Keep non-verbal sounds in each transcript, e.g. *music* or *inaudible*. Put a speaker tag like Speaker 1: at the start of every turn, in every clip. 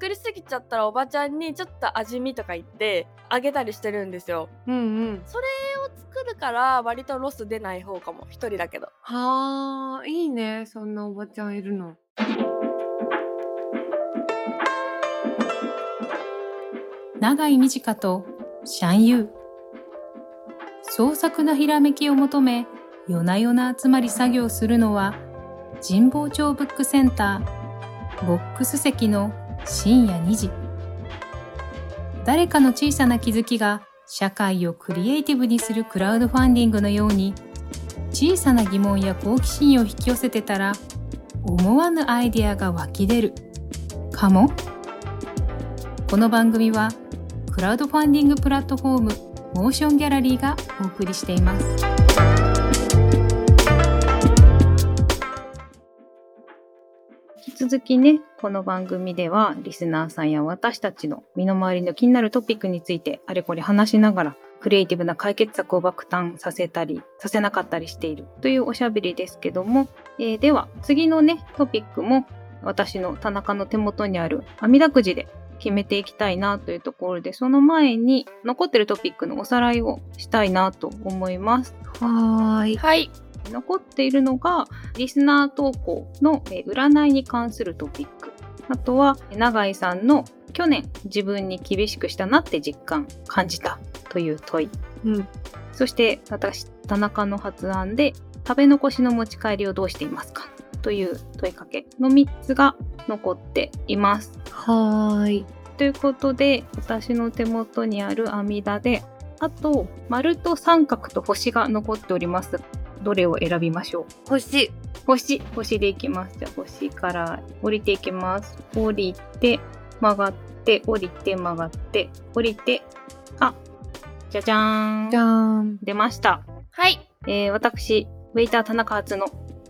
Speaker 1: くりすぎちゃったらおばちゃんにちょっと味見とか言ってあげたりしてるんですよ
Speaker 2: うんうん。
Speaker 1: それを作るから割とロス出ない方かも一人だけど
Speaker 2: はあ、いいね。そんなおばちゃんいるの。
Speaker 3: 長井美智香とシャンユー創作なひらめきを求め夜な夜な集まり作業するのは神保町ブックセンターボックス席の深夜2時誰かの小さな気づきが社会をクリエイティブにするクラウドファンディングのように小さな疑問や好奇心を引き寄せてたら思わぬアイデアが湧き出るかもこの番組はクラウドファンディングプラットフォームモーションギャラリーがお送りしています
Speaker 4: 引き続きね、この番組ではリスナーさんや私たちの身の回りの気になるトピックについてあれこれ話しながら、クリエイティブな解決策を爆誕させたり、させなかったりしているというおしゃべりですけども、えーでは次のね、トピックも私の田中の手元にある網だくじで決めていきたいなというところで、その前に残ってるトピックのおさらいをしたいなと思います。
Speaker 2: はーい。
Speaker 1: はい
Speaker 4: 残っているのがリスナー投稿のえー占いに関するトピックあとは永井さんの去年自分に厳しくしたなって実感感じたという問い
Speaker 2: うん。
Speaker 4: そして私田中の発案で食べ残しの持ち帰りをどうしていますかという問いかけの3つが残っています
Speaker 2: はーい。
Speaker 4: ということで私の手元にある網田であと丸と三角と星が残っておりますどれを選びましょう
Speaker 2: 星。
Speaker 4: 星、星でいきます。じゃあ星から降りていきます。降りて、曲がって、降りて、曲がって、降りて、あ、じゃじゃーん。
Speaker 2: じゃーん。
Speaker 4: 出ました。
Speaker 1: はい
Speaker 4: えー私、ウェイター田中初の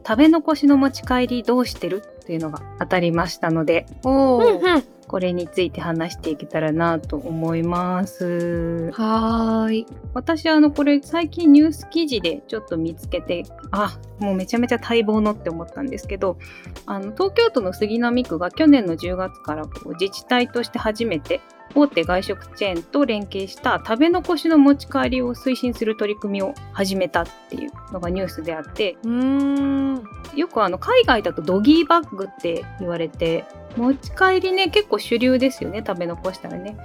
Speaker 4: 食べ残しの持ち帰りどうしてるというのが当たりましたので、
Speaker 2: お
Speaker 1: うん
Speaker 2: ー。
Speaker 1: うん
Speaker 4: これについて話していけたらなと思います。
Speaker 2: はーい。
Speaker 4: 私あのこれ最近ニュース記事でちょっと見つけてあもうめちゃめちゃ待望のって思ったんですけどあの東京都の杉並区が去年の10月からこう自治体として初めて大手外食チェーンと連携した食べ残しの持ち帰りを推進する取り組みを始めたっていうのがニュースであって
Speaker 2: うーん。
Speaker 4: よくあの海外だとドギーバッグって言われて持ち帰りね結構主流ですよね食べ残したらね。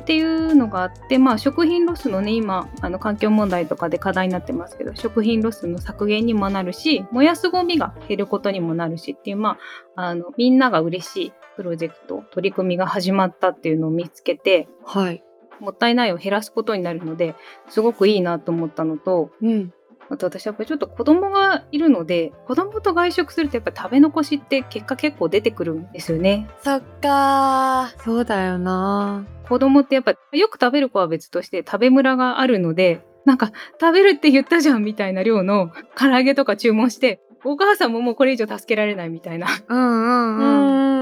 Speaker 4: っていうのがあって、まあ、食品ロスのね今あの環境問題とかで課題になってますけど食品ロスの削減にもなるし燃やすごみが減ることにもなるしっていう、まあ、あのみんなが嬉しいプロジェクト取り組みが始まったっていうのを見つけて
Speaker 2: はい。
Speaker 4: もったいないを減らすことになるのですごくいいなと思ったのと
Speaker 2: うん。
Speaker 4: あと私やっぱりちょっと子供がいるので子供と外食するとやっぱり食べ残しって結果結構出てくるんですよね。
Speaker 1: そっかー
Speaker 2: そうだよな。
Speaker 4: 子供ってやっぱよく食べる子は別として食べムラがあるのでなんか食べるって言ったじゃんみたいな量の唐揚げとか注文してお母さんももうこれ以上助けられないみたいな *laughs*
Speaker 2: うん
Speaker 1: う
Speaker 2: うん。
Speaker 1: んうん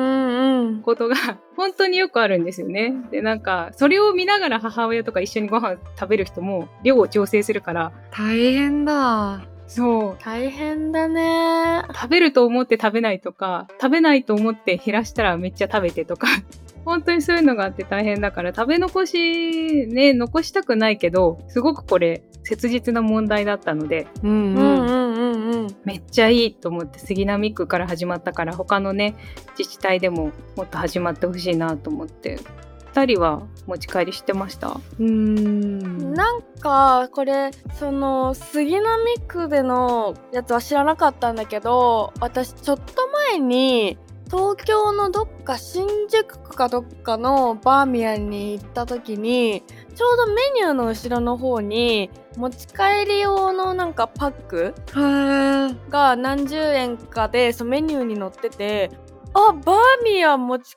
Speaker 4: ことが本当によくあるんですよね。でなんかそれを見ながら母親とか一緒にご飯食べる人も量を調整するから
Speaker 2: 大変だ。
Speaker 4: そう
Speaker 1: 大変だね
Speaker 4: 食べると思って食べないとか食べないと思って減らしたらめっちゃ食べてとか *laughs* 本当にそういうのがあって大変だから食べ残しね残したくないけどすごくこれ切実な問題だったので
Speaker 2: うん
Speaker 1: う
Speaker 2: う
Speaker 1: ん。うん
Speaker 2: ん
Speaker 1: うんうん
Speaker 4: めっちゃいいと思って杉並区から始まったから他のね自治体でももっと始まってほしいなと思って2人は持ち帰りしてました
Speaker 2: うーん。
Speaker 1: なんかこれその杉並区でのやつは知らなかったんだけど私ちょっと前に東京のどっか新宿区かどっかのバーミヤンに行った時にちょうどメニューの後ろの方に持ち帰り用のなんかパック
Speaker 2: はー
Speaker 1: が何十円かでそうメニューに載っててあバーミヤン持ち帰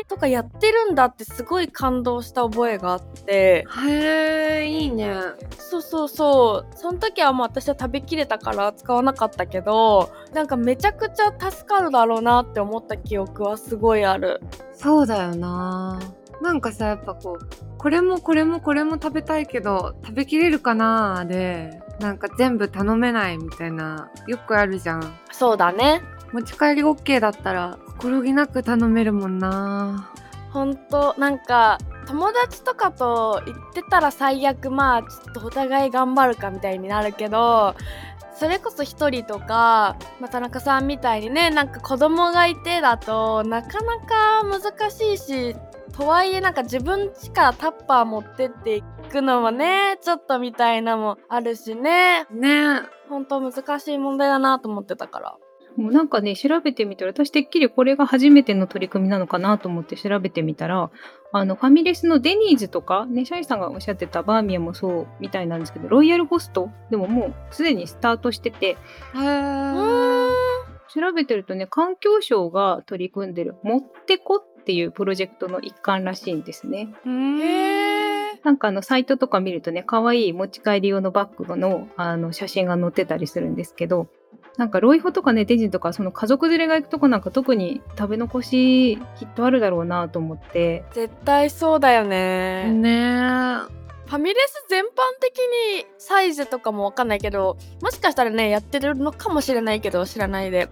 Speaker 1: りとかやってるんだってすごい感動した覚えがあって。
Speaker 2: へえ、いいね。
Speaker 1: そうそうそうその時はもう私は食べきれたから使わなかったけどなんかめちゃくちゃ助かるだろうなって思った記憶はすごいある
Speaker 2: そうだよな。なんかさ、やっぱこう、これもこれもこれも食べたいけど、食べきれるかなーで、なんか全部頼めないみたいな、よくあるじゃん。
Speaker 1: そうだね
Speaker 2: 持ち帰り OK だったら、心気なく頼めるもんな。
Speaker 1: 本当なんか友達とかと行ってたら最悪まあちょっとお互い頑張るかみたいになるけどそれこそ一人とか、まあ、田中さんみたいにねなんか子供がいてだとなかなか難しいしとはいえなんか自分家からタッパー持ってっていくのもねちょっとみたいなもあるしね
Speaker 2: ね
Speaker 1: 本当難しい問題だなと思ってたから。
Speaker 4: もうなんかね、調べてみたら、私てっきりこれが初めての取り組みなのかなと思って調べてみたら、あの、ファミレスのデニーズとか、ね、シャイさんがおっしゃってたバーミヤンもそうみたいなんですけど、ロイヤルホストでももうすでにスタートしてて、
Speaker 2: へ
Speaker 1: う
Speaker 2: ー
Speaker 1: ーん
Speaker 4: 調べてるとね、環境省が取り組んでる、もってこっていうプロジェクトの一環らしいんですね。
Speaker 2: うーん
Speaker 4: なんかあの、サイトとか見るとね、可愛い持ち帰り用のバッグの、あの、写真が載ってたりするんですけど、なんか、ロイホとかね、デジとか、その家族連れが行くとこなんか特に食べ残しきっとあるだろうなと思って、
Speaker 1: 絶対そうだよね、
Speaker 2: ね
Speaker 1: ファミレス全般的にサイズとかもわかんないけどもしかしたらねやってるのかもしれないけど知らないで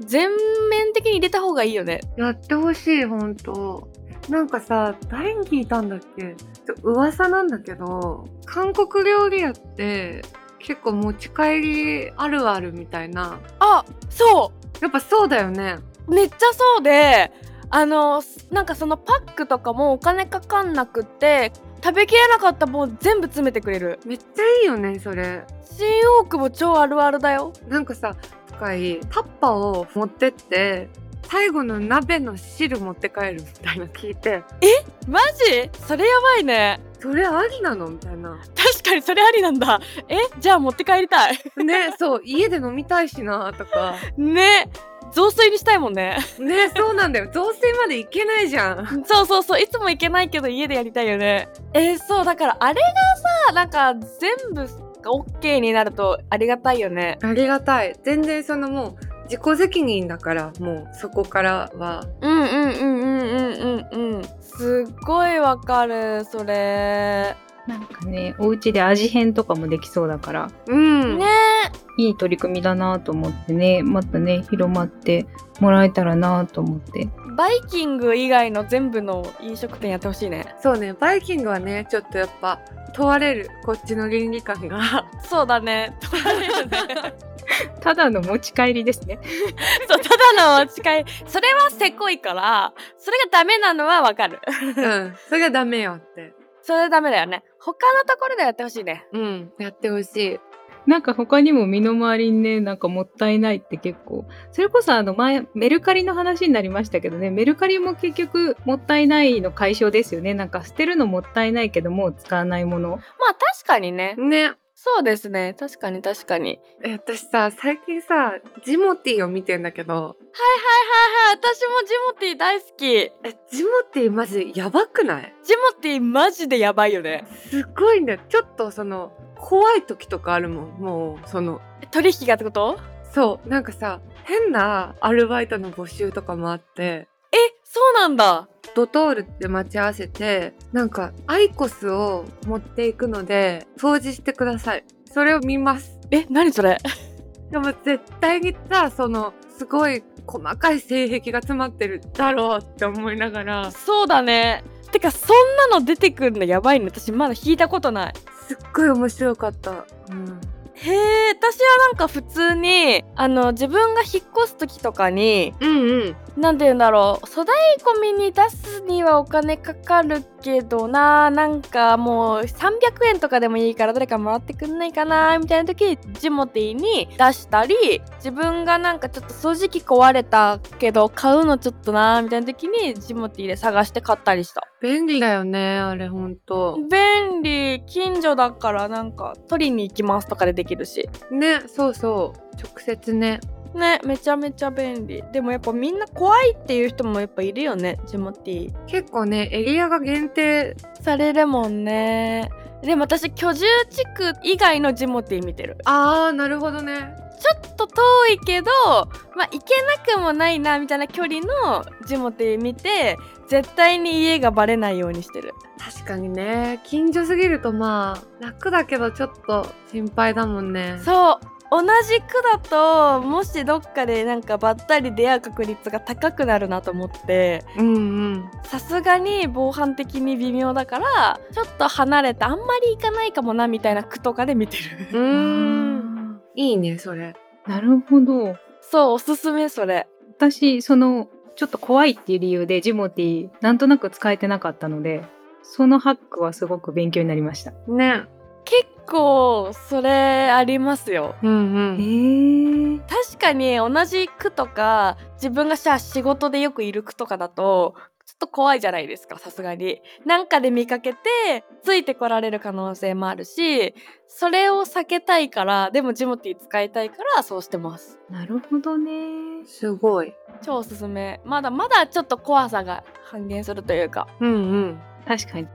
Speaker 1: 全面的に入れた方がいいよね
Speaker 2: やってほしい本当なんかさ誰に聞いたんだっけちょ噂なんだけど韓国料理屋って結構持ち帰りあるあるみたいな
Speaker 1: あそ
Speaker 2: やっぱそうだよね
Speaker 1: うめっちゃそうであのなんかそのパックとかもお金かかんなくって食べきれなかった分を全部詰めてくれる
Speaker 2: めっちゃいいよねそれ
Speaker 1: 新大久保超あるあるだよ
Speaker 2: なんかさ一回タッパーを持ってって最後の鍋の汁持って帰るみたいな聞いて
Speaker 1: マジそれやばいね
Speaker 2: それありなのみたいな
Speaker 1: 確かにそれありなんだえじゃあ持って帰りたい
Speaker 2: ねそう家で飲みたいしなとか
Speaker 1: ね雑炊にしたいもんね
Speaker 2: ねそうなんだよ雑炊までいけないじゃん
Speaker 1: そうそうそういつも行けないけど家でやりたいよねえーそうだからあれがさなんか全部が OK になるとありがたいよね
Speaker 2: ありがたい全然そのもう自己責任だからもうそこからは
Speaker 1: うんうんうんうんうんうんうんすっごいわかるそれ
Speaker 4: なんかね、お家で味変とかもできそうだから、
Speaker 2: うん
Speaker 1: ね
Speaker 4: いい取り組みだなと思ってね、またね、広まってもらえたらなと思って。
Speaker 1: バイキング以外の全部の飲食店やってほしいね
Speaker 2: そうねバイキングはねちょっとやっぱ問われるこっちの倫理観が
Speaker 1: そうだ *laughs* ね取られるね
Speaker 4: ただの持ち帰りですね。
Speaker 1: そうただの持ち帰りそれはせこいからそれがダメなのはわかる
Speaker 2: うんそれがダメよって
Speaker 1: それはダメだよね他のところでやってほしいね
Speaker 2: うんやってほしい
Speaker 4: なんか他にも身の回りにね、なんかもったいないって結構。それこそあの前、メルカリの話になりましたけどね、メルカリも結局もったいないの解消ですよね。なんか捨てるのもったいないけどもう使わないもの。
Speaker 1: まあ確かにね
Speaker 2: ね
Speaker 1: そうですね確かに確かに
Speaker 2: え私さ最近さジモティーを見てんだけど
Speaker 1: はいはいはい私もジモティー大好き
Speaker 2: えジモティーマジやばくない
Speaker 1: ジモティーマジでやばいよね
Speaker 2: すごいんだよちょっとその怖い時とかあるもんもうその
Speaker 1: 取引がってこと
Speaker 2: そうなんかさ変なアルバイトの募集とかもあって
Speaker 1: えそうなんだ
Speaker 2: ドトールで待ち合わせてなんかアイコスを持っていくので掃除してくださいそれを見ます
Speaker 1: え何それ
Speaker 2: でも絶対にさそのすごい細かい性癖が詰まってるだろうって思いながら
Speaker 1: そうだねてかそんなの出てくるのやばいね私まだ引いたことない
Speaker 2: すっごい面白かった、うん、
Speaker 1: へえ私はなんか普通にあの自分が引っ越す時とかに
Speaker 2: うんうん
Speaker 1: なんて言うんだろう粗大ゴミに出すにはお金かかるけどななんかもう300円とかでもいいから誰かもらってくんないかなみたいな時にジモティーに出したり自分がなんかちょっと掃除機壊れたけど買うのちょっとなみたいな時にジモティーで探して買ったりした
Speaker 2: 便利だよねあれほんと
Speaker 1: 便利近所だからなんか取りに行きますとかでできるし
Speaker 2: ねそうそう直接ね
Speaker 1: ねめちゃめちゃ便利でもやっぱみんな怖いっていう人もやっぱいるよねジモティー
Speaker 2: 結構ねエリアが限定
Speaker 1: されるもんねでも私居住地区以外のジモティー見てる
Speaker 2: あーなるほどね
Speaker 1: ちょっと遠いけどまあ行けなくもないなみたいな距離のジモティー見て絶対に家がバレないようにしてる
Speaker 2: 確かにね近所すぎるとまあ楽だけどちょっと心配だもんね
Speaker 1: そう同じ区だともしどっかでなんかばったり出会う確率が高くなるなと思って
Speaker 2: うんうん
Speaker 1: さすがに防犯的に微妙だからちょっと離れたあんまり行かないかもなみたいな区とかで見てる
Speaker 2: *laughs* うーん
Speaker 4: あ
Speaker 2: いいねそれ
Speaker 4: ーなるほど。
Speaker 1: そうおすすめそれ
Speaker 4: 私、その、ちょっと怖いっていう理由でジモティ、なんとなく使えてなかったので、そのハックはすごく勉強になりました。
Speaker 2: ね
Speaker 1: 結構それありますよ
Speaker 2: うんうん
Speaker 4: えー、
Speaker 1: 確かに同じ区とか自分がじゃあ仕事でよくいる区とかだとちょっと怖いじゃないですかさすがに。なんかで見かけてついてこられる可能性もあるしそれを避けたいからでもジモティー使いたいからそうしてます。
Speaker 4: なるほどね。
Speaker 2: すごい
Speaker 1: 超おすすめまだまだちょっと怖さが半減するというか
Speaker 2: うんうん
Speaker 4: 確かに。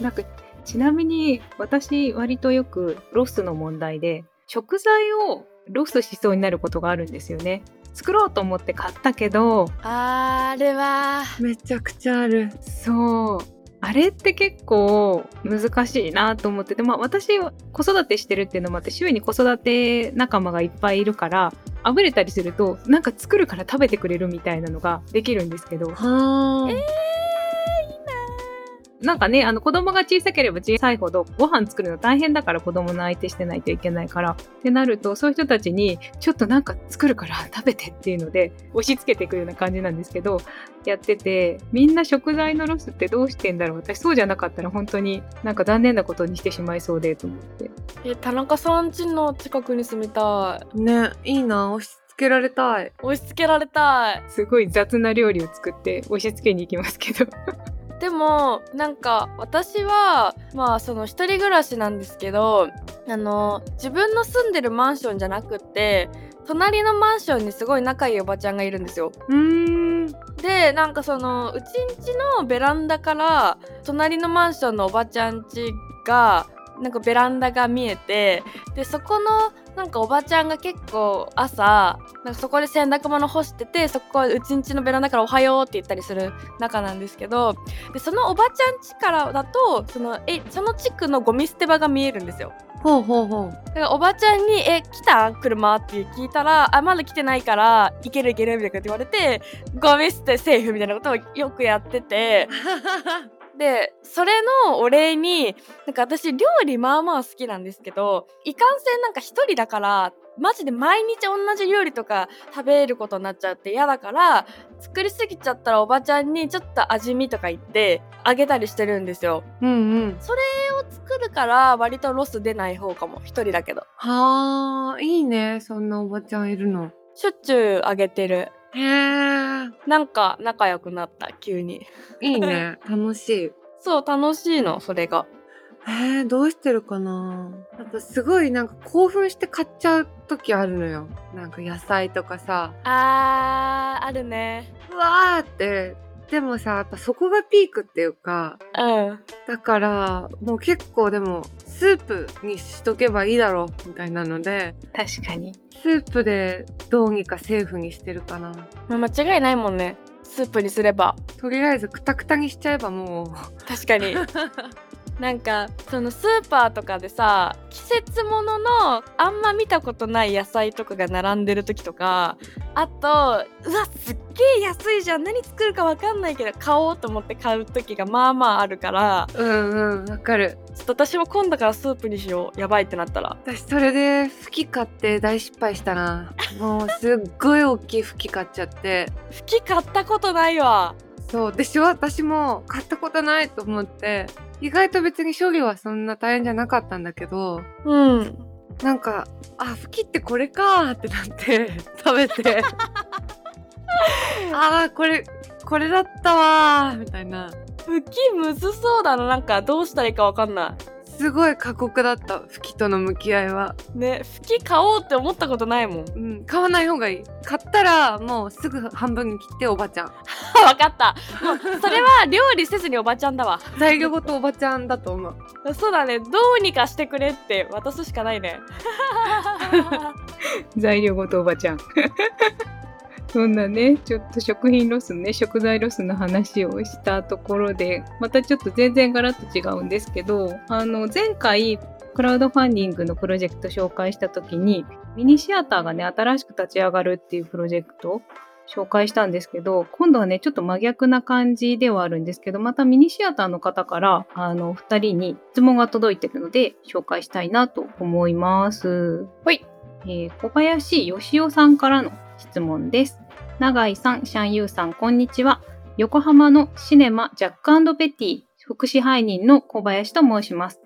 Speaker 4: なんか、ちなみに私、割とよくロスの問題で、食材をロスしそうになることがあるんですよね。作ろうと思って買ったけど、
Speaker 1: あーあれは
Speaker 2: めちゃくちゃある
Speaker 4: そう。あれって結構難しいなと思ってて、まあ私は子育てしてるっていうのもあって、周囲に子育て仲間がいっぱいいるから、あぶれたりすると、なんか作るから食べてくれるみたいなのができるんですけど、
Speaker 2: はあ、
Speaker 4: なんかね、あの子供が小さければ小さいほどご飯作るの大変だから子供の相手してないといけないからってなるとそういう人たちにちょっとなんか作るから食べてっていうので押し付けていくような感じなんですけどやっててみんな食材のロスってどうしてんだろう私そうじゃなかったら本当になんか残念なことにしてしまいそうでと思って
Speaker 1: え田中さん家の近くに住みたい
Speaker 2: ねいいな押し付けられたい
Speaker 1: 押し付けられたい
Speaker 4: すごい雑な料理を作って押し付けに行きますけど
Speaker 1: でもなんか私はまあその一人暮らしなんですけどあの自分の住んでるマンションじゃなくって隣のマンションにすごい仲いいおばちゃんがいるんですよ。
Speaker 2: うーん
Speaker 1: でなんかそのうちんちのベランダから隣のマンションのおばちゃん家がなんかベランダが見えてでそこのなんかおばちゃんが結構朝なんかそこで洗濯物干しててそこはうちんちのベランダから「おはよう」って言ったりする仲なんですけどでそのおばちゃん家からだとそのえその地区のゴミ捨て場が見えるんですよ。
Speaker 2: ほうほうほう *laughs*
Speaker 1: だからおばちゃんに「え来た車?」って聞いたら「あまだ来てないから行ける行ける」みたいなこと言われてゴミ捨てセーフみたいなことをよくやっててでそれのお礼になんか私料理まあまあ好きなんですけどいかんせんなんか一人だからマジで毎日同じ料理とか食べることになっちゃって嫌だから作りすぎちゃったらおばちゃんにちょっと味見とか言ってあげたりしてるんですよ。
Speaker 2: うんうん
Speaker 1: それを作るから割とロス出ない方かも一人だけど。
Speaker 2: はあいいねそんなおばちゃんいるの
Speaker 1: しょっちゅうあげてる。
Speaker 2: へえ
Speaker 1: なんか仲良くなった急に。
Speaker 2: いい *laughs* ね楽しい
Speaker 1: そう楽しいのそれが。
Speaker 2: えー、どうしてるかなあとすごいなんか興奮して買っちゃう時あるのよなんか野菜とかさ
Speaker 1: あーあるね。
Speaker 2: うわーってでもさやっぱそこがピークっていうか
Speaker 1: うん。
Speaker 2: だからもう結構でもスープにしとけばいいだろうみたいなので
Speaker 4: 確かに
Speaker 2: スープでどうにかセーフにしてるかな
Speaker 1: まあ、間違いないもんね。スープにすれば。
Speaker 2: とりあえずクタクタにしちゃえばもう
Speaker 1: 確か *laughs* になんかそのスーパーとかでさ季節もののあんま見たことない野菜とかが並んでる時とかあとうわすっげえ安いじゃん何作るかわかんないけど買おうと思って買う時がまあまああるから
Speaker 2: うんうんわかる
Speaker 1: ちょっと私も今度からスープにしようやばいってなったら
Speaker 2: 私それで吹き買って大失敗したなもうすっごい大きい吹き買っちゃって
Speaker 1: 吹き買ったことないわ
Speaker 2: そうでしょ私も買ったことないと思って意外と別に処理はそんな大変じゃなかったんだけど
Speaker 1: うん
Speaker 2: なんかあ吹きってこれかーってなって *laughs* 食べてあーこれこれだったわーみたいな
Speaker 1: 吹きむずそうだななんかどうしたらいいかわかんな
Speaker 2: すごい過酷だった吹きとの向き合いはい
Speaker 1: ね吹き買おうって思ったことないもん
Speaker 2: うん買わない方がいい買ったらもうすぐ半分に切っておばちゃん
Speaker 1: *laughs* わかったもうそれは料理せずにおばちゃんだわ
Speaker 2: 材料ごとおばちゃんだと思う
Speaker 1: *laughs* そうだねどうにかしてくれって渡すしかないね
Speaker 4: *laughs* 材料ごとおばちゃん *laughs* そんなねちょっと食品ロスね食材ロスの話をしたところでまたちょっと全然ガラッと違うんですけどあの前回クラウドファンディングのプロジェクト紹介した時にミニシアターがね、新しく立ち上がるっていうプロジェクトを紹介したんですけど、今度はね、ちょっと真逆な感じではあるんですけど、またミニシアターの方から、あの、お二人に質問が届いてるので、紹介したいなと思います。
Speaker 1: はい。
Speaker 4: えー小林義雄さんからの質問です。永井さん、シャンユーさん、こんにちは。横浜のシネマジャックペティ副支配人の小林と申します。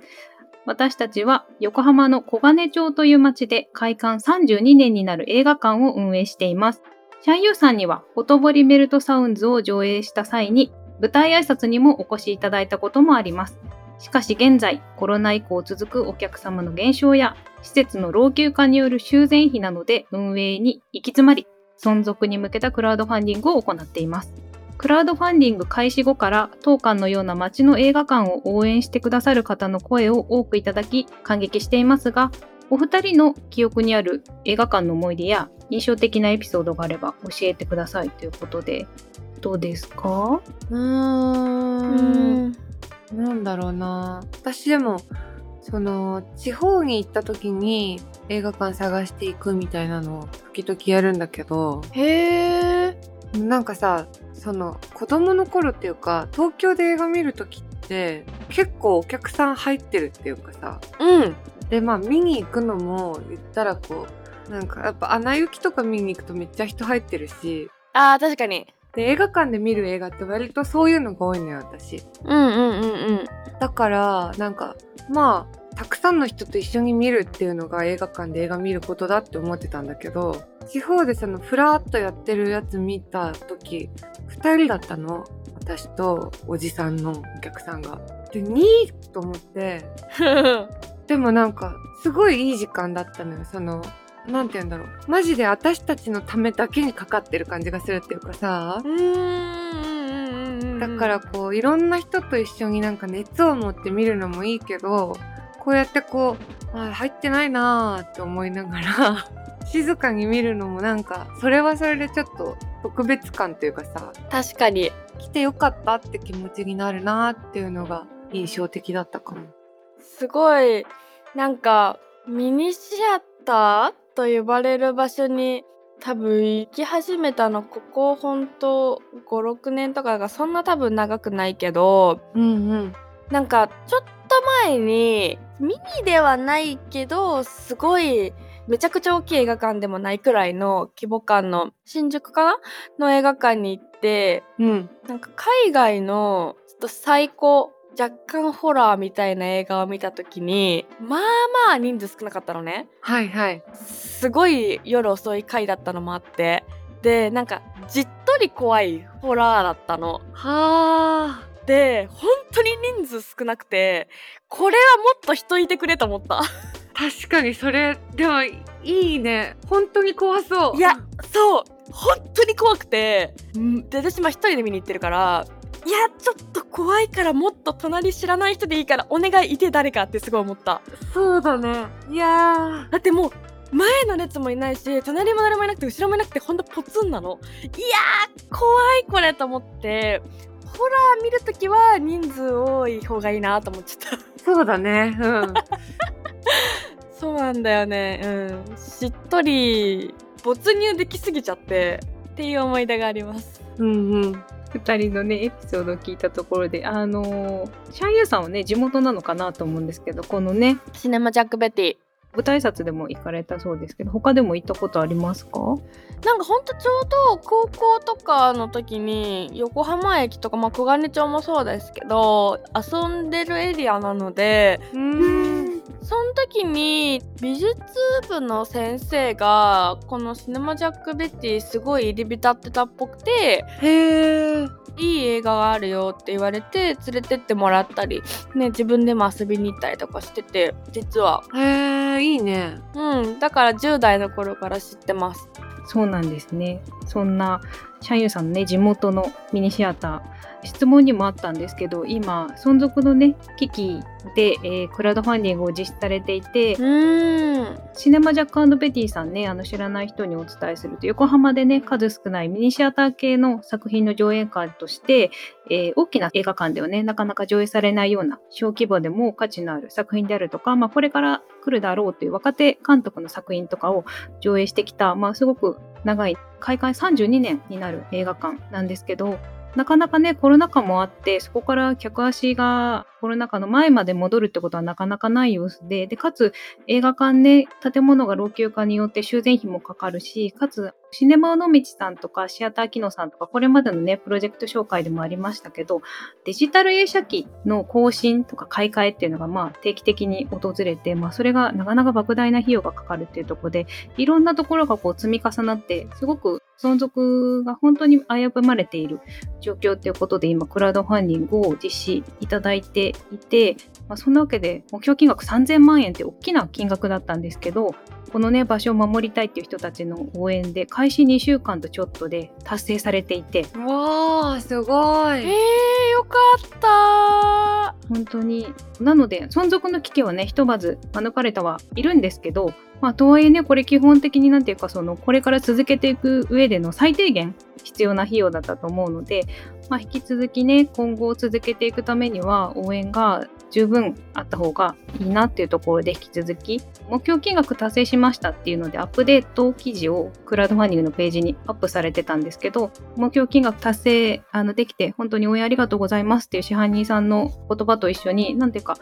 Speaker 4: 私たちは横浜の小金町という町で開館32年になる映画館を運営しています。シャンユーさんにはほとぼりメルトサウンズを上映した際に舞台挨拶にもお越しいただいたこともあります。しかし現在、コロナ以降続くお客様の減少や施設の老朽化による修繕費などで運営に行き詰まり、存続に向けたクラウドファンディングを行っています。クラウドファンディング開始後から当館のような街の映画館を応援してくださる方の声を多くいただき感激していますがお二人の記憶にある映画館の思い出や印象的なエピソードがあれば教えてくださいということでどうです
Speaker 2: う
Speaker 4: か
Speaker 1: *laughs* う
Speaker 2: ーん。なんだろうな私でもその地方に行った時に映画館探していくみたいなのを時々やるんだけど
Speaker 1: へえ
Speaker 2: なんかさその子供の頃っていうか東京で映画見る時って結構お客さん入ってるっていうかさ
Speaker 1: うん
Speaker 2: でまあ見に行くのも言ったらこうなんかやっぱ「アナ雪」とか見に行くとめっちゃ人入ってるし
Speaker 1: あー確かに
Speaker 2: で映画館で見る映画って割とそういうのが多いのよ私。
Speaker 1: うんうんうん *laughs* うん
Speaker 2: だからなんかまあたくさんの人と一緒に見るっていうのが映画館で映画見ることだって思ってたんだけど地方でそのふらっとやってるやつ見た時2人だったの私とおじさんのお客さんが。で2位と思ってでもなんかすごいいい時間だったのよその。なんて言うんだろうマジで私たちのためだけにかかってる感じがするっていうかさ
Speaker 1: うんうんうんうん
Speaker 2: だからこういろんな人と一緒になんか熱を持って見るのもいいけどこうやってこうあ入ってないなーって思いながら *laughs* 静かに見るのもなんかそれはそれでちょっと特別感というかさ
Speaker 1: 確かに
Speaker 2: 来てよかったって気持ちになるなーっていうのが印象的だったかも。
Speaker 1: すごいなんかミニシアターと呼ばれる場所に多分行き始めたのここ本当56年とかがそんな多分長くないけど
Speaker 2: うんうん、
Speaker 1: なんかちょっと前にミニではないけどすごいめちゃくちゃ大きい映画館でもないくらいの規模感の新宿かなの映画館に行って
Speaker 2: うん、
Speaker 1: なんか海外のちょっと最高若干ホラーみたいな映画を見た時にまあまあ人数少なかったのね
Speaker 2: はいはい。
Speaker 1: すごい夜遅い回だったのもあってでなんかじっとり怖いホラーだったの
Speaker 2: はあ
Speaker 1: で本当に人数少なくてこれはもっと人いてくれと思った
Speaker 2: 確かにそれでもいいね本当に怖そう。
Speaker 1: いやそう本当に怖くてんで私まあ一人で見に行ってるからいやちょっと怖いからもっと隣知らない人でいいからお願いいて誰かってすごい思った
Speaker 2: そうだね。いや
Speaker 1: だってもう前の列もいないし隣も誰もいなくて後ろもいなくてほんとポツンなのいやー怖いこれと思ってホラー見るときは人数多い方がいいなと思っちゃった
Speaker 2: ーそうだね。 *laughs* うん。
Speaker 1: そうなんだよねうんしっとり没入できすぎちゃってっていう思い出があります
Speaker 2: うんうん。
Speaker 4: 2人のねエピソードを聞いたところであのーシャンユーさんはね地元なのかなと思うんですけどこのね
Speaker 1: シネマジャック・ベティ
Speaker 4: 舞台挨拶でも行かれたそうですけど他でも行ったことありますか
Speaker 1: なんかほんとちょうど高校とかの時に横浜駅とか、まあ、小金町もそうですけど遊んでるエリアなので
Speaker 2: うーん。
Speaker 1: その時に美術部の先生がこのシネマジャック・ベティすごい入り浸ってたっぽくて
Speaker 2: へえ。
Speaker 1: いい映画があるよって言われて連れてってもらったり、ね、自分でも遊びに行ったりとかしてて実は
Speaker 2: へえ、いいね。
Speaker 1: うんだから10代の頃から知ってます
Speaker 4: そうなんですね。そんなシャンユーさんのね地元のミニシアター質問にもあったんですけど今存続のね危機で、えークラウドファンディングを実施されていて
Speaker 1: うーん
Speaker 4: シネマジャックペティさんねあの知らない人にお伝えすると横浜でね数少ないミニシアター系の作品の上映会として、えー大きな映画館ではねなかなか上映されないような小規模でも価値のある作品であるとか、まあ、これからくるだろうという若手監督の作品とかを上映してきた、まあ、すごく長い開館32年になる映画館なんですけどなかなかねコロナ禍もあってそこから客足がコロナ禍の前まで戻るってことはなかなかない様子ででかつ映画館ね建物が老朽化によって修繕費もかかるしかつシネマ尾道さんとかシアターキノさんとかこれまでのねプロジェクト紹介でもありましたけどデジタル映写機の更新とか買い替えっていうのがまあ定期的に訪れて、まあ、それがなかなか莫大な費用がかかるっていうところでいろんなところがこう積み重なってすごく存続が本当に危ぶまれている状況ということで今クラウドファンディングを実施いただいていて、まあ、そんなわけで目標金額3000万円って大きな金額だったんですけどこのね場所を守りたいっていう人たちの応援で開始2週間とちょっとで達成されていて
Speaker 2: わあすご
Speaker 1: え
Speaker 2: い。
Speaker 1: ー、よかっ
Speaker 4: 本当になので存続の危機はねひとまず免れたはいるんですけどまあとはいえねこれ基本的になんていうかそのこれから続けていく上での最低限必要な費用だったと思うので、まあ、引き続きね今後を続けていくためには応援が十分あった方がいいなっていうところで引き続き目標金額達成しましたっていうのでアップデート記事をクラウドファンディングのページにアップされてたんですけど目標金額達成あのできて本当に応援ありがとうございますっていう支配人さんの言葉と一緒になんていうか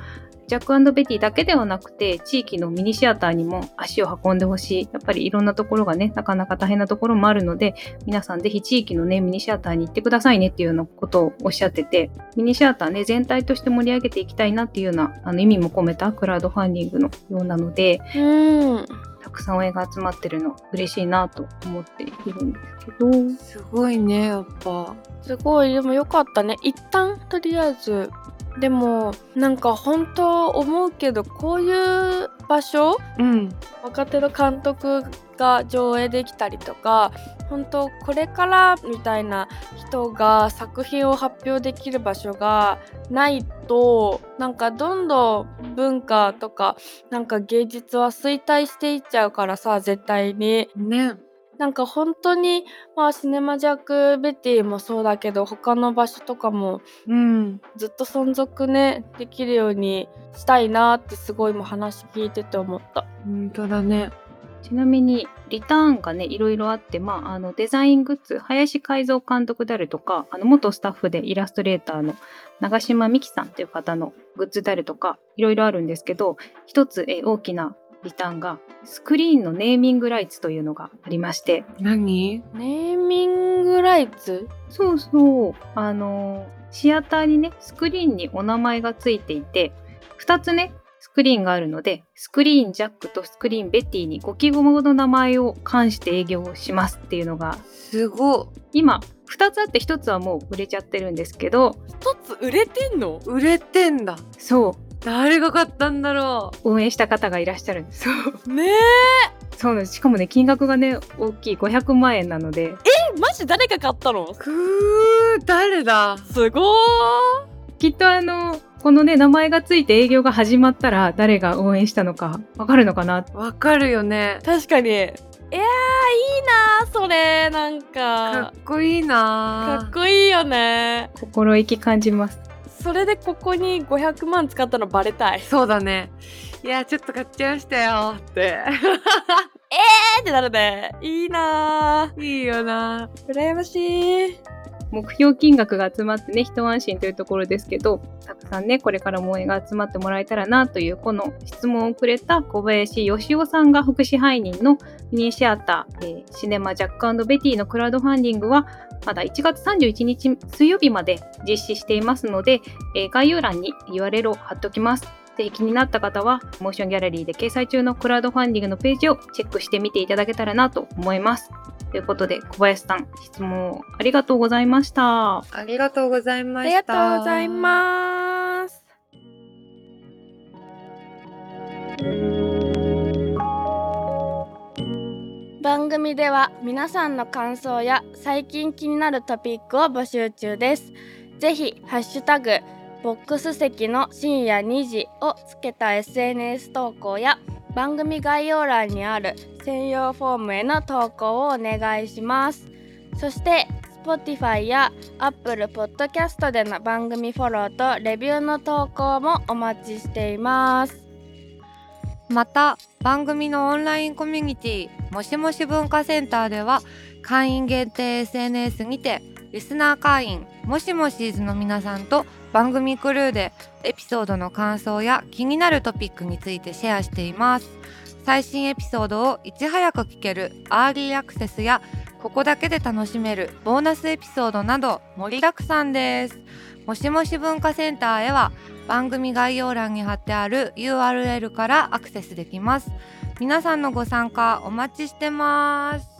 Speaker 4: ジャックベティだけではなくて地域のミニシアターにも足を運んでほしいやっぱりいろんなところがねなかなか大変なところもあるので皆さんぜひ地域のねミニシアターに行ってくださいねっていうようなことをおっしゃっててミニシアターね全体として盛り上げていきたいなっていうようなあの意味も込めたクラウドファンディングのようなので
Speaker 1: たうん
Speaker 4: たくさん応援が集まってるの嬉しいなと思っているんですけど。
Speaker 2: すごいねやっぱ。
Speaker 1: すごいでもよかったね一旦とりあえずでもなんか本当思うけどこういう場所
Speaker 2: うん。
Speaker 1: 若手の監督が上映できたりとか本当これからみたいな人が作品を発表できる場所がないとなんかどんどん文化とかなんか芸術は衰退していっちゃうからさ絶対に
Speaker 2: ね。
Speaker 1: なんか本当にまあシネマジャック・ベティもそうだけど他の場所とかも
Speaker 2: うん。
Speaker 1: ずっと存続ねできるようにしたいなってすごい今話聞いてて思った。
Speaker 2: 本当だね。
Speaker 4: ちなみにリターンがねいろいろあって、まあ、あのデザイングッズ林海蔵監督であるとかあの元スタッフでイラストレーターの長島美希さんという方のグッズであるとかいろいろあるんですけど一つえ大きなリターンがスクリーンのネーミングライツというのがありまして
Speaker 2: 何？
Speaker 1: ネーミングライツ
Speaker 4: そうそうあのシアターにねスクリーンにお名前がついていて2つねスクリーンがあるのでスクリーンジャックとスクリーンベティにご記号の名前を冠して営業しますっていうのが
Speaker 2: すご
Speaker 4: 今2つあって1つはもう売れちゃってるんですけど
Speaker 1: 一つ売れてんの
Speaker 2: い。売れてんだ。
Speaker 4: そ
Speaker 2: 誰が買ったんだろ
Speaker 4: う応援した方がいらっしゃるんです *laughs* そう
Speaker 1: ね
Speaker 4: そうなんですしかもね金額がね大きい500万円なので
Speaker 1: えマジ誰が買ったの
Speaker 2: う。くー誰だ。
Speaker 1: すごー
Speaker 4: きっとあのこのね名前がついて営業が始まったら誰が応援したのかわかるのかな
Speaker 2: わかるよね。
Speaker 1: 確かにいやーいいなーそれなん
Speaker 2: か
Speaker 1: か
Speaker 2: っこいい
Speaker 1: か
Speaker 2: な
Speaker 1: っこいいよね
Speaker 4: 心意気感じます
Speaker 1: それでここに500万使ったのバレたい
Speaker 2: そうだね。いやちょっと買っちゃいましたよって。
Speaker 1: えーってなるねいいない
Speaker 2: いよな。
Speaker 1: ー羨ましい
Speaker 4: 目標金額が集まってね一安心というところですけどたくさんねこれからも応援が集まってもらえたらなというこの質問をくれた小林義雄さんが副支配人のミニシアター、えーシネマジャックベティのクラウドファンディングはまだ1月31日水曜日まで実施していますので、えー概要欄に URL を貼っておきます。ぜひ気になった方はモーションギャラリーで掲載中のクラウドファンディングのページをチェックしてみていただけたらなと思います。ということで小林さん質問をありがとうございました。
Speaker 2: ありがとうございま
Speaker 1: あ
Speaker 2: し
Speaker 1: り
Speaker 2: た。
Speaker 1: がとうございます番組では皆さんの感想や最近気になるトピックを募集中です。ぜひハッシュタグボックス席の深夜2時をつけた SNS 投稿や番組概要欄にある専用フォームへの投稿をお願いします。そして Spotify や Apple Podcast での番組フォローとレビューの投稿もお待ちしています。
Speaker 2: また番組のオンラインコミュニティもしもし文化センターでは会員限定 SNS にてリスナー会員もしもしーずの皆さんと番組クルーでエピソードの感想や気になるトピックについてシェアしています最新エピソードをいち早く聞けるアーリーアクセスやここだけで楽しめるボーナスエピソードなど盛りだくさんですもしもし文化センターへは番組概要欄に貼ってある URL からアクセスできます皆さんのご参加お待ちしてます